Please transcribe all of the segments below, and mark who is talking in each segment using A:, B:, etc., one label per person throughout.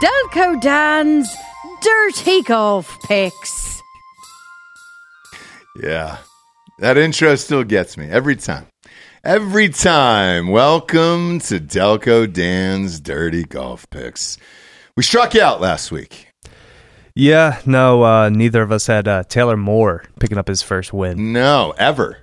A: Delco Dan's Dirty Golf Picks.
B: Yeah. That intro still gets me every time. Every time. Welcome to Delco Dan's Dirty Golf Picks. We struck out last week.
C: Yeah, no, uh, neither of us had uh, Taylor Moore picking up his first win.
B: No, ever.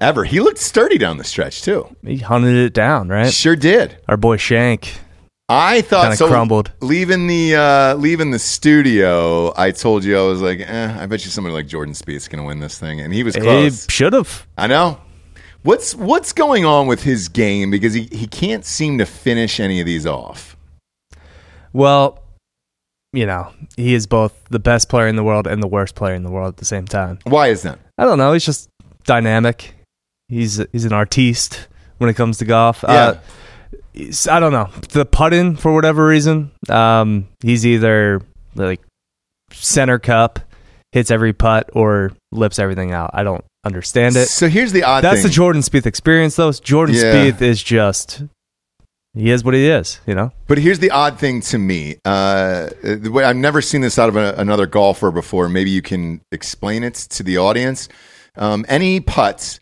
B: Ever. He looked sturdy down the stretch, too.
C: He hunted it down, right?
B: Sure did.
C: Our boy Shank.
B: I thought
C: Kinda
B: so.
C: crumbled.
B: Leaving the uh, leaving the studio, I told you I was like, eh, I bet you somebody like Jordan Spieth's going to win this thing, and he was
C: He
B: close.
C: should have.
B: I know. What's what's going on with his game because he, he can't seem to finish any of these off.
C: Well, you know, he is both the best player in the world and the worst player in the world at the same time.
B: Why is that?
C: I don't know. He's just dynamic. He's he's an artiste when it comes to golf. Uh, he's- I don't know the putting for whatever reason. Um, he's either like center cup, hits every putt, or lips everything out. I don't understand it.
B: So here's the odd
C: That's
B: thing.
C: the Jordan Spieth experience, though. Jordan
B: Yeah.
C: Spieth is just he is what he is. You know,
B: But here's the odd thing to me. Uh, the way- I've never seen this out of a, another golfer before. Maybe you can explain it to the audience. Um, any putt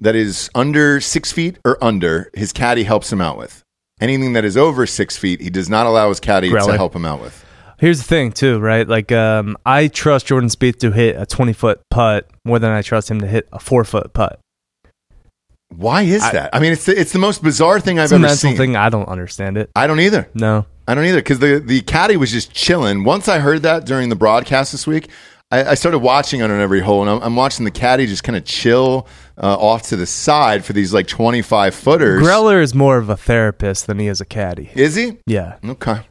B: that is under six feet or under, his caddy helps him out with. Anything that is over six feet, he does not allow his caddy
C: Growler.
B: to help him out with.
C: Here's the thing, too, right? Like, um, I trust Jordan Spieth to hit a 20 foot putt more than I trust him to hit a four foot putt.
B: Why is
C: I-
B: that? I mean, it's the, it's the most bizarre thing I've
C: It's a
B: ever
C: mental
B: seen.
C: thing. I don't understand it.
B: I don't either.
C: No.
B: I don't either because the, the caddy was just chilling. Once I heard that during the broadcast this week, I, I started watching on every hole, and I'm, I'm watching the caddy just kind of chill uh, off to the side for these like 25 footers.
C: Greller is more of a therapist than he is a caddy.
B: Is he?
C: Yeah.
B: Okay.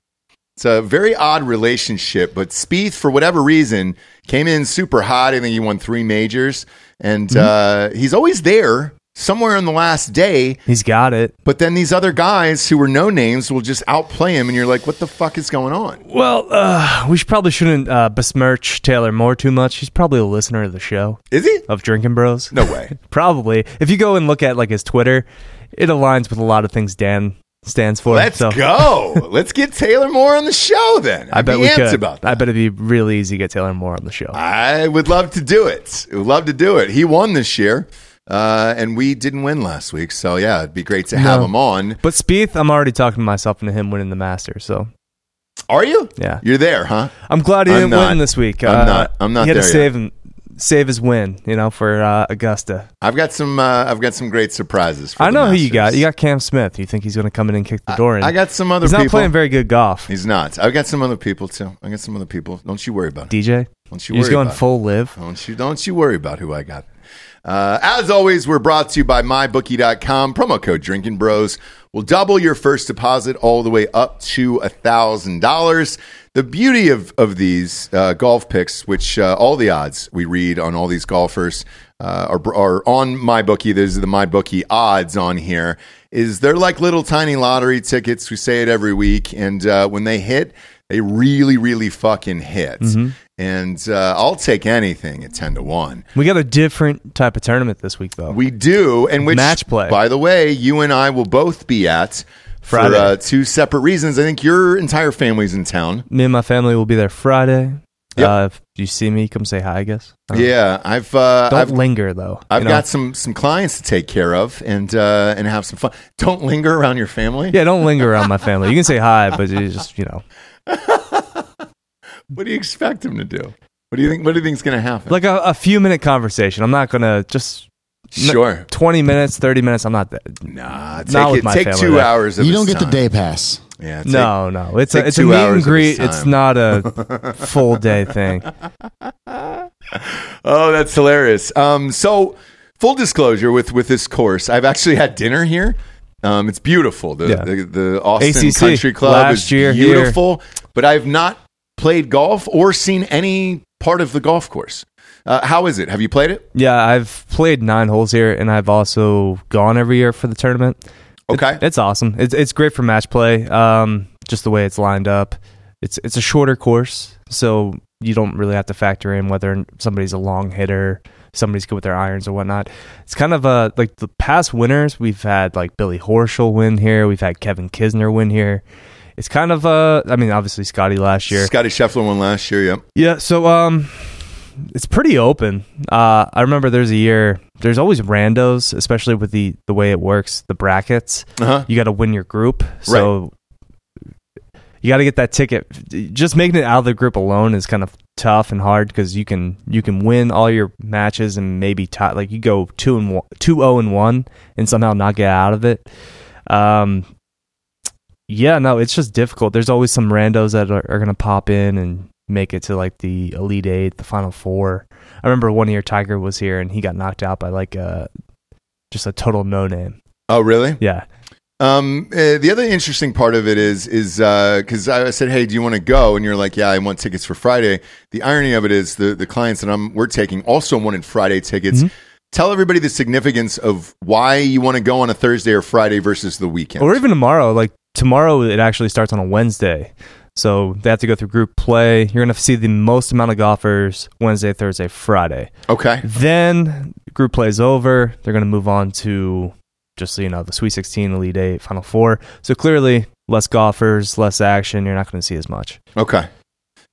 B: It's a very odd relationship, but Spieth, for whatever reason, came in super hot. I think he won three majors, and uh, he's always there somewhere on the last day.
C: He's got it.
B: But then these other guys who were no names will just outplay him, and you're like, what the fuck is going on?
C: Well, uh, we should probably shouldn't uh, besmirch Taylor Moore too much. He's probably a listener of the show,
B: Is he?
C: of Drinking Bros.
B: No way.
C: Probably. If you go and look at like his Twitter, it aligns with a lot of things Dan stands for.
B: Let's
C: so
B: go. Let's get Taylor Moore on the show then.
C: I
B: I'd
C: bet
B: be
C: we
B: amped
C: could.
B: about that.
C: I bet it'd be really easy to get Taylor Moore on the show.
B: I would love to do it. Would love to do it. He won this year, uh, and we didn't win last week. So yeah, it'd be great to have
C: No.
B: him on.
C: But Spieth, I'm already talking to myself into him winning the Masters. So
B: Are you?
C: Yeah.
B: you're there, huh?
C: I'm glad he
B: I'm
C: didn't
B: not.
C: win this week. Uh,
B: I'm not. I'm not
C: He had
B: there
C: to
B: yet.
C: save him, save his win. You know, for uh, Augusta.
B: I've got some. Uh, I've got some great surprises. For
C: I
B: the
C: know who you got.
B: Masters.
C: You got Cam Smith. You think he's going to come in and kick the door in?
B: I got some other
C: He's not
B: people.
C: playing very good golf.
B: He's not. I've got some other people too. I got some other people. Don't you worry about it.
C: DJ.
B: Don't you
C: He's
B: worry
C: going
B: about Oh. it.
C: full live.
B: Don't you don't you worry about who I got. Uh, as always, we're brought to you by mybookie.com. Promo code Drinking Bros will double your first deposit all the way up to thousand dollars. The beauty of of these uh, golf picks, which uh, all the odds we read on all these golfers uh, are are on mybookie. These are the mybookie odds on here. Is they're like little tiny lottery tickets. We say it every week, and uh, when they hit, they really, really fucking hit. And uh, I'll take anything at 10 to 1.
C: We got a different type of tournament this week, though.
B: We do, and which,
C: Match play.
B: by the way, you and I will both be at
C: Friday.
B: for uh, two separate reasons. I think your entire family's in town.
C: Me and my family will be there Friday.
B: Yep.
C: Uh, if you see me, come say hi. I guess. I don't-
B: Yeah, I've uh,
C: Oh. Don't
B: I've,
C: linger though.
B: I've
C: you know?
B: got some some clients to take care of and uh, and have some fun. Don't linger around your family.
C: Yeah, don't linger around my family. You can say hi, but you just you know,
B: What do you expect them to do? What do you think? What do you think's going to happen?
C: like a, a few minute conversation. I'm not gonna just
B: sure,
C: twenty minutes, thirty minutes. I'm not that.
B: nah. Take,
C: Not with
B: it,
C: my
B: take
C: family,
B: two
C: though.
B: hours. Of
D: You
B: his
D: don't get the
B: time.
D: day pass.
B: Yeah, take-
C: No, no. It's a
B: take
C: it's a
B: two
C: meet
B: hours
C: and
B: of
C: greet.
B: his
C: It's
B: time.
C: not a full day thing.
B: Oh, that's hilarious. Um, so full disclosure with with this course, I've actually had dinner here. Um, it's beautiful. The,
C: Yeah.
B: the the Austin
C: ACC
B: Country Club
C: last
B: is
C: year here.
B: beautiful, but I've not played golf or seen any part of the golf course. Uh, how is it? Have you played it?
C: Yeah, I've played nine holes here, and I've also gone every year for the tournament. It-
B: Okay.
C: it's awesome. It's it's great for match play. Um, just the way it's lined up. It's it's a shorter course, so you don't really have to factor in whether somebody's a long hitter, somebody's good with their irons or whatnot. It's kind of a like the past winners. We've had like Billy Horschel win here. We've had Kevin Kisner win here. it's kind of uh I mean obviously Scotty last year.
B: Scotty Scheffler won last year. Yep.
C: Yeah, so um it's pretty open. Uh I remember there's a year there's always randos, especially with the the way it works, the brackets.
B: Uh huh.
C: You got to win your group. So you got to get that ticket. Just making it out of the group alone is kind of tough and hard cuz you can you can win all your matches and maybe tie like you go 2 and one, two zero and 1 and somehow not get out of it. Um yeah, no, it's just difficult. There's always some randos that are, are going to pop in and make it to like the Elite Eight, the Final Four. I remember one year Tiger was here and he got knocked out by like a just a total no name.
B: Oh, really?
C: Yeah,
B: Um, uh, the other interesting part of it is is because I said, "Hey, do you want to go?" And you're like, "Yeah, I want tickets for Friday." The irony of it is the the clients that I'm we're taking also wanted Friday tickets.
C: Mm-hmm.
B: Tell everybody the significance of why you want to go on a Thursday or Friday versus the weekend.
C: or even tomorrow. Like tomorrow, it actually starts on a Wednesday, so they have to go through group play. You're going to see the most amount of golfers Wednesday, Thursday, Friday.
B: okay,
C: Then group plays over. They're going to move on to just so you know the Sweet 16, Elite Eight, Final Four. So clearly, less golfers, less action. You're not going to see as much.
B: okay,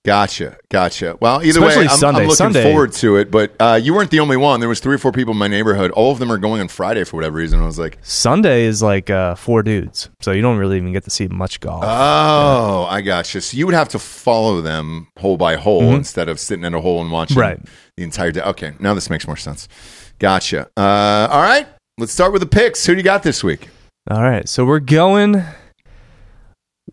B: gotcha, gotcha. Well, either
C: Especially
B: way, I'm,
C: Sunday.
B: I'm looking
C: Sunday-
B: forward to it. But uh, you weren't the only one. There was three or four people in my neighborhood. All of them are going on Friday for whatever reason. I was like,
C: Sunday is like uh, four dudes, so you don't really even get to see much golf.
B: Oh, I gotcha. So you would have to follow them hole by hole instead of sitting in a hole and watching
C: Mm-hmm. Right.
B: the entire day. Okay, now this makes more sense. Gotcha. Uh, all right, let's start with the picks. Who do you got this week?
C: All right, so we're going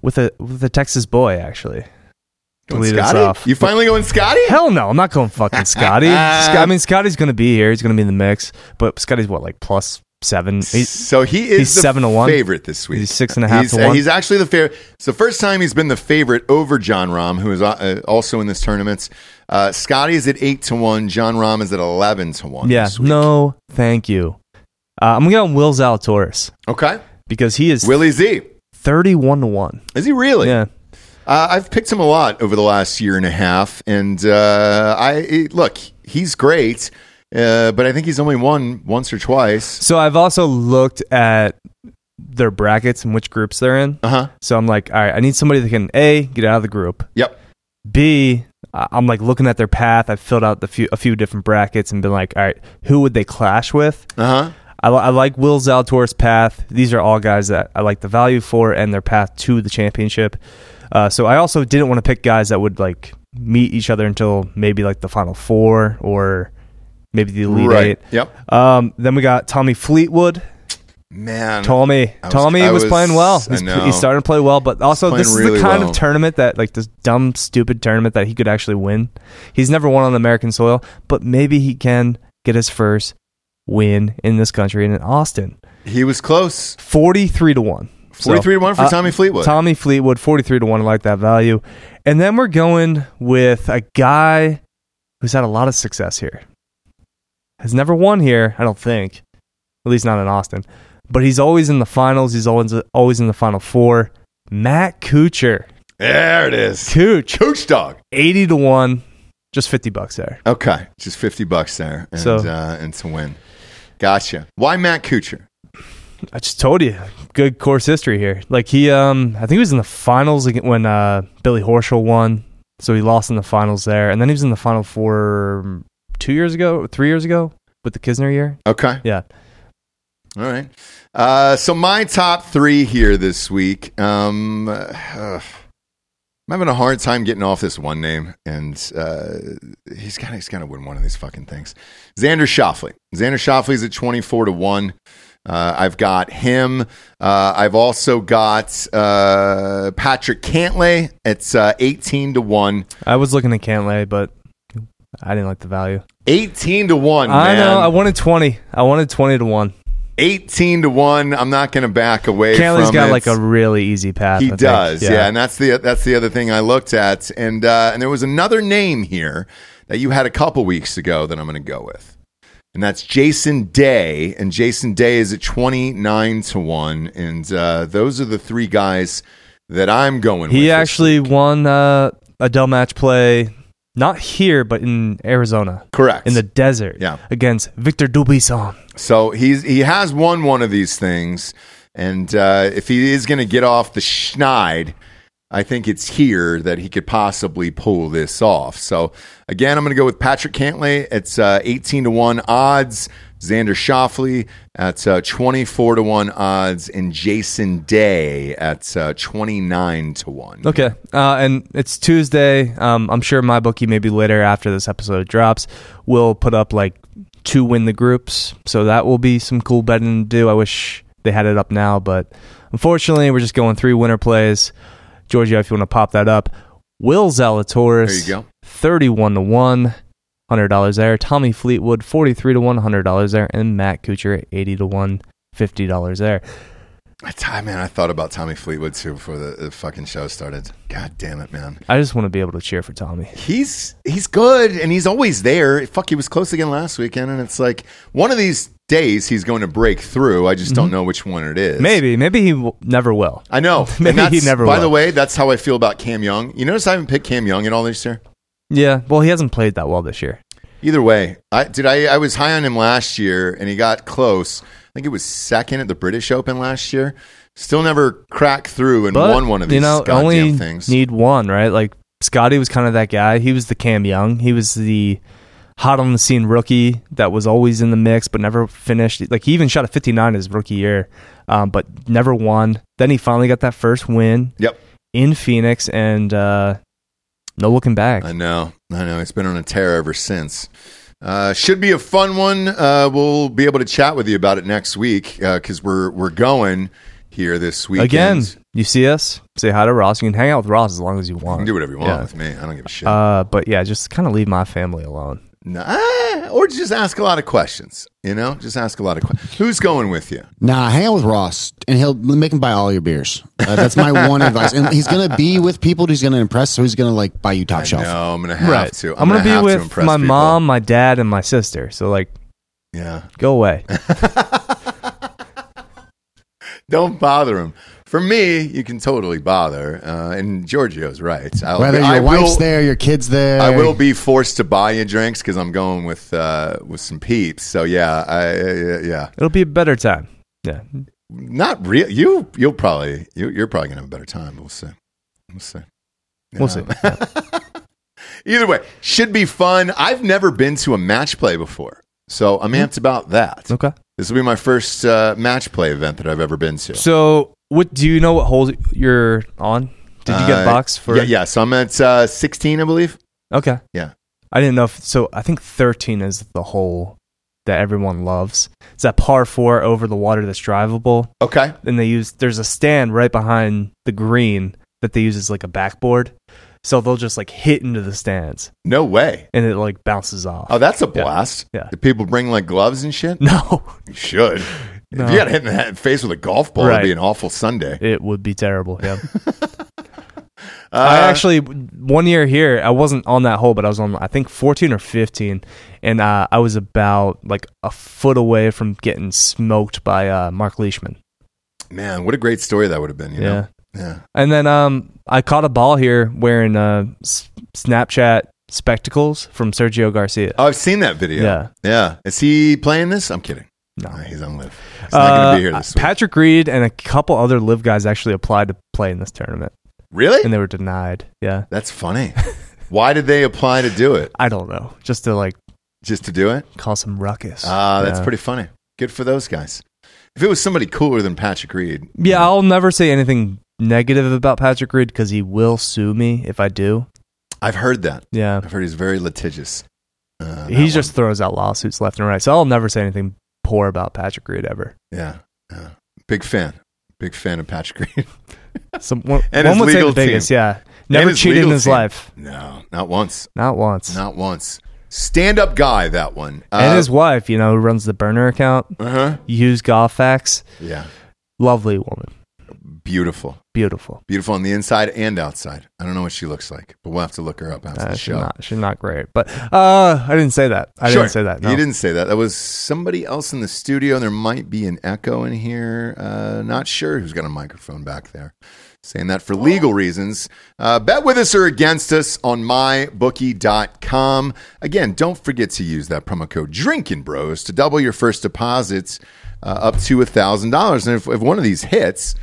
C: with a with a Texas boy actually. To
B: Going
C: lead us
B: Scotty?
C: off.
B: You finally going Scotty?
C: Hell no, I'm not going fucking Scotty. Sc- I mean, Scotty's going to be here. He's going to be in the mix, but Scotty's what like plus seven. He's,
B: so he is
C: he's
B: the
C: seven to one.
B: favorite this week.
C: He's six and a half
B: He's,
C: to one.
B: he's actually the favorite. It's the first time he's been the favorite over John Rahm, who is uh, also in this tournament. Uh, Scotty is at eight to one. John Rahm is at eleven to one.
C: yeah,
B: this week.
C: no, thank you. Uh, I'm going to go on Will Zalatoris
B: Okay.
C: because he is
B: Willie Z.
C: 31 to one.
B: Is he really?
C: Yeah,
B: Uh, I've picked him a lot over the last year and a half, and uh, I it- look. He's great, uh, but I think he's only won once or twice.
C: So I've also looked at their brackets and which groups they're in.
B: Uh huh.
C: So I'm like, all right, I need somebody that can a get out of the group.
B: Yep.
C: B, I- I'm like looking at their path. I filled out the few a few different brackets and been like, all right, who would they clash with?
B: Uh huh.
C: I, li- I like Will Zalatoris' path. These are all guys that I like the value for and their path to the championship. Uh, so I also didn't want to pick guys that would like meet each other until maybe like the final four or maybe the elite
B: Right.
C: eight.
B: Yep.
C: Um, then we got Tommy Fleetwood.
B: Man.
C: Tommy,
B: I was-
C: Tommy
B: I
C: was,
B: was-
C: playing well.
B: I
C: He's,
B: know.
C: he's starting to play well, but also
B: playing
C: this is
B: really
C: the kind
B: well.
C: of tournament that, like this dumb, stupid tournament that he could actually win. He's never won on American soil, but maybe he can get his first win in this country and in Austin.
B: He was close.
C: Forty-three to one. So,
B: 43 to 1 for
C: uh,
B: Tommy Fleetwood.
C: Tommy Fleetwood, forty-three to one. I like that value. And then we're going with a guy who's had a lot of success here. Has never won here, I don't think. At least not in Austin. But he's always in the finals. He's always always in the final four. Matt Kuchar,
B: there it is.
C: Cooch,
B: Coach dog.
C: eighty to one, just fifty bucks there.
B: Okay. Just 50 bucks there and,
C: So-
B: uh, and to win. Gotcha. Why Matt Kuchar?
C: I just told you, good course history here. Like he, um, I think he was in the finals again when uh, Billy Horschel won, so he lost in the finals there, and then he was in the final four um, two years ago, three years ago with the Kisner year.
B: Okay.
C: Yeah,
B: All right. Uh, so my top three here this week. Um, uh, I'm having a hard time getting off this one name, and uh, he's got he's got to win one of these fucking things. Xander Shoffley. Xander Shoffley's at 24 to one. Uh, I've got him. Uh, I've also got uh, Patrick Cantlay. It's uh, 18 to one.
C: I was looking at Cantlay, but I didn't like the value.
B: 18 to one.
C: I
B: man.
C: know. I wanted twenty. I wanted twenty to one.
B: 18 to one. I'm not going to back away.
C: Cantlay's
B: from
C: got
B: it.
C: like a really easy path. I
B: He
C: think.
B: does, yeah. and that's the that's the other thing I looked at, and uh, and there was another name here that you had a couple weeks ago that I'm going to go with, and that's Jason Day, and Jason Day is at 29 to one, and uh, those are the three guys that I'm going. with
C: He
B: this
C: actually won uh, a Dell match play, not here, but in Arizona.
B: week. correct
C: in the desert
B: Yeah.
C: against Victor Dubuisson.
B: So he's he has won one of these things, and uh, if he is going to get off the schneid, I think it's here that he could possibly pull this off. So again, I'm going to go with Patrick Cantley. It's uh, 18 to one odds. Xander Shoffley at uh, 24 to one odds, and Jason Day at uh, 29 to one.
C: Okay, uh, and it's Tuesday. Um, I'm sure my bookie maybe later after this episode drops will put up like two win the groups, so that will be some cool betting to do. I wish they had it up now, but unfortunately, we're just going three winner plays. Giorgio, if you want to pop that up, Will Zalatoris,
B: There you go.
C: 31 to one. Hundred dollars there. Tommy Fleetwood, forty-three to one, hundred dollars there, and Matt Kuchar, eighty to one, fifty dollars there.
B: I t- man, I thought about Tommy Fleetwood too before the, the fucking show started. God damn it, man.
C: I just want to be able to cheer for Tommy.
B: He's he's good and he's always there. Fuck, he was close again last weekend, and it's like one of these days he's going to break through. I just don't know which one it is.
C: Mm-hmm. Maybe, maybe he w- never will.
B: I know. And
C: Maybe he
B: that's-
C: never
B: By
C: will.
B: the way, that's how I feel about Cam Young. You notice I haven't picked Cam Young at all this year.
C: Yeah, well, he hasn't played that well this year.
B: Either way, I did. I I was high on him last year, and he got close. I think it was second at the British Open last year. Still never cracked through and
C: But
B: won one of these
C: you know,
B: goddamn
C: only
B: things.
C: need one, right? Like Scotty was kind of that guy. He was the Cam Young. He was the hot on the scene rookie that was always in the mix but never finished. Like he even shot a 59 his rookie year, um, but never won. Then he finally got that first win
B: yep,
C: in Phoenix, and uh, no looking back.
B: I know. I know. It's been on a tear ever since. Uh, should be a fun one. Uh, we'll be able to chat with you about it next week because we're we're going here this weekend.
C: Again, you see us, say hi to Ross. You can hang out with Ross as long as you
B: you
C: want.
B: can do whatever you want
C: Yeah.
B: with me. I don't give a shit.
C: Uh, but yeah, just kind of leave my family alone.
B: No, ah, or just ask a lot of questions. You know, just ask a lot of questions. Who's going with you?
D: Nah, hang out with Ross, and he'll make him buy all your beers. Uh, that's my one advice. And he's gonna be with people that he's gonna impress, so he's gonna like buy you top
B: No,
D: shelf.
B: I'm gonna have to.
C: I'm, gonna,
B: have
C: be
B: to
C: with
B: impress
C: my
B: people.
C: mom, my dad, and my sister. So like,
B: Yeah,
C: go away.
B: don't bother him. For me, you can totally bother. Uh, and Giorgio's right. I'll,
D: Whether your
B: I
D: wife's
B: will-
D: there, your kids there,
B: I will be forced to buy you drinks because I'm going with uh, with some peeps. So yeah, I uh, yeah,
C: It'll be a better time. Yeah,
B: not real. You you'll probably you, you're probably gonna have a better time. We'll see. We'll see.
C: we'll see.
B: Either way, should be fun. I've never been to a match play before, so I'm amped about that.
C: Okay.
B: This will be my first uh, match play event that I've ever been to.
C: So, what do you know? What hole you're on? Did you
B: Uh,
C: get boxed for?
B: yeah, yeah. So I'm at uh, 16, I believe.
C: Okay.
B: Yeah.
C: I didn't know. if So I think 13 is the hole that everyone loves. It's that par four over the water that's drivable,
B: Okay.
C: and they use there's a stand right behind the green that they use as like a backboard. So they'll just like hit into the stands,
B: No way.
C: and it like bounces off.
B: Oh, that's a
C: Yeah.
B: blast.
C: Yeah.
B: Do people bring like gloves and shit?
C: No,
B: You should.
C: No.
B: If you got hit in the head- face with a golf ball, it'd
C: Right.
B: be an awful Sunday.
C: it would be terrible. Yeah.
B: Uh,
C: I actually one year here, I wasn't on that hole, but I was on I think 14 or 15, and uh, I was about like a foot away from getting smoked by uh, Mark Leishman.
B: man, what a great story that would have been. You
C: yeah.
B: know? Yeah.
C: And then um, I caught a ball here wearing uh, s- Snapchat spectacles from Sergio Garcia.
B: Oh, I've seen that video.
C: Yeah.
B: Yeah. Is he playing this? I'm kidding.
C: No.
B: Nah, he's on live. He's not going to be here
C: Uh,
B: this week.
C: Patrick Reed and a couple other live guys actually applied to play in this tournament,
B: really?
C: and they were denied. Yeah,
B: That's funny. Why did they apply to do it?
C: I don't know, just to like
B: Just to do it?
C: cause some ruckus.
B: Ah, that's
C: Yeah.
B: pretty funny. Good for those guys. If it was somebody cooler than Patrick Reed,
C: Yeah, I'll never say anything negative about Patrick Reed because he will sue me if I do.
B: I've heard that.
C: Yeah,
B: I've heard he's very litigious. Uh, that
C: he
B: one.
C: just throws out lawsuits left and right, so I'll never say anything poor about Patrick Reed ever.
B: yeah, yeah. Big fan. Big fan of Patrick Reed.
C: Some one,
B: And
C: one
B: his
C: would say
B: legal
C: the biggest,
B: team.
C: yeah. Never
B: And his
C: cheated in
B: legal
C: his
B: team.
C: life,
B: No, not once.
C: not once.
B: Not once. Stand up guy, that one. Uh,
C: and his wife, you know, who runs the burner account,
B: uh-huh.
C: use golf facts.
B: Yeah.
C: Lovely woman,
B: Beautiful.
C: beautiful.
B: Beautiful on the inside and outside. I don't know what she looks like, but we'll have to look her up after
C: Uh,
B: the
C: she's
B: show.
C: not, she's not great, but uh, I didn't say that. I
B: Sure.
C: didn't say that. No.
B: You didn't say that. That was somebody else in the studio, and there might be an echo in here. Uh, not sure who's got a microphone back there. Saying that for legal reasons. Uh, bet with us or against us on mybookie.com. Again, don't forget to use that promo code Drinking Bros to double your first deposits uh, up to a thousand dollars. And if, if one of these hits,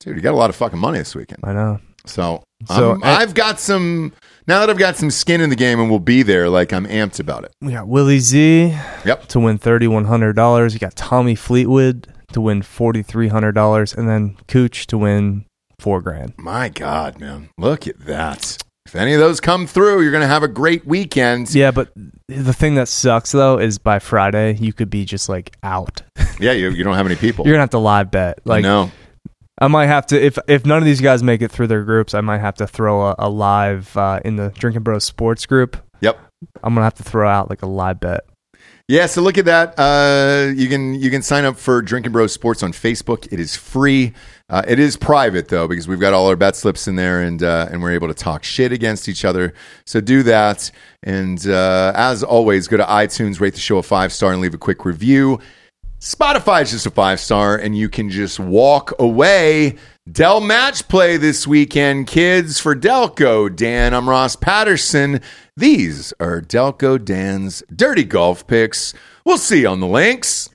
B: dude, you got a lot of fucking money this weekend.
C: I know.
B: So,
C: So, eh,
B: I'm-
C: I-
B: I've got some. Now that I've got some skin in the game and will be there, like I'm amped about it.
C: We got Willie Z
B: Yep.
C: to win thirty one hundred dollars. You got Tommy Fleetwood to win forty three hundred dollars, and then Cooch to win four grand.
B: My God, man, look at that! If any of those come through, you're gonna have a great weekend.
C: Yeah, but the thing that sucks though is by Friday you could be just like out.
B: Yeah, you, you don't have any people.
C: You're gonna have to live bet. Like
B: no,
C: I might have to if if none of these guys make it through their groups, I might have to throw a, a live uh, in the Drinking Bros Sports group.
B: yep.
C: I'm gonna have to throw out like a live bet.
B: Yeah, so look at that. Uh, you can you can sign up for Drinking Bros Sports on Facebook. It is free. Uh, it is private though because we've got all our bet slips in there and uh, and we're able to talk shit against each other. So do that. And uh, as always, go to iTunes, rate the show a five star, and leave a quick review. Spotify is just a five star, and you can just walk away. Dell match play this weekend, kids, for Delco Dan. I'm Ross Patterson. These are Delco Dan's dirty golf picks. We'll see you on the links.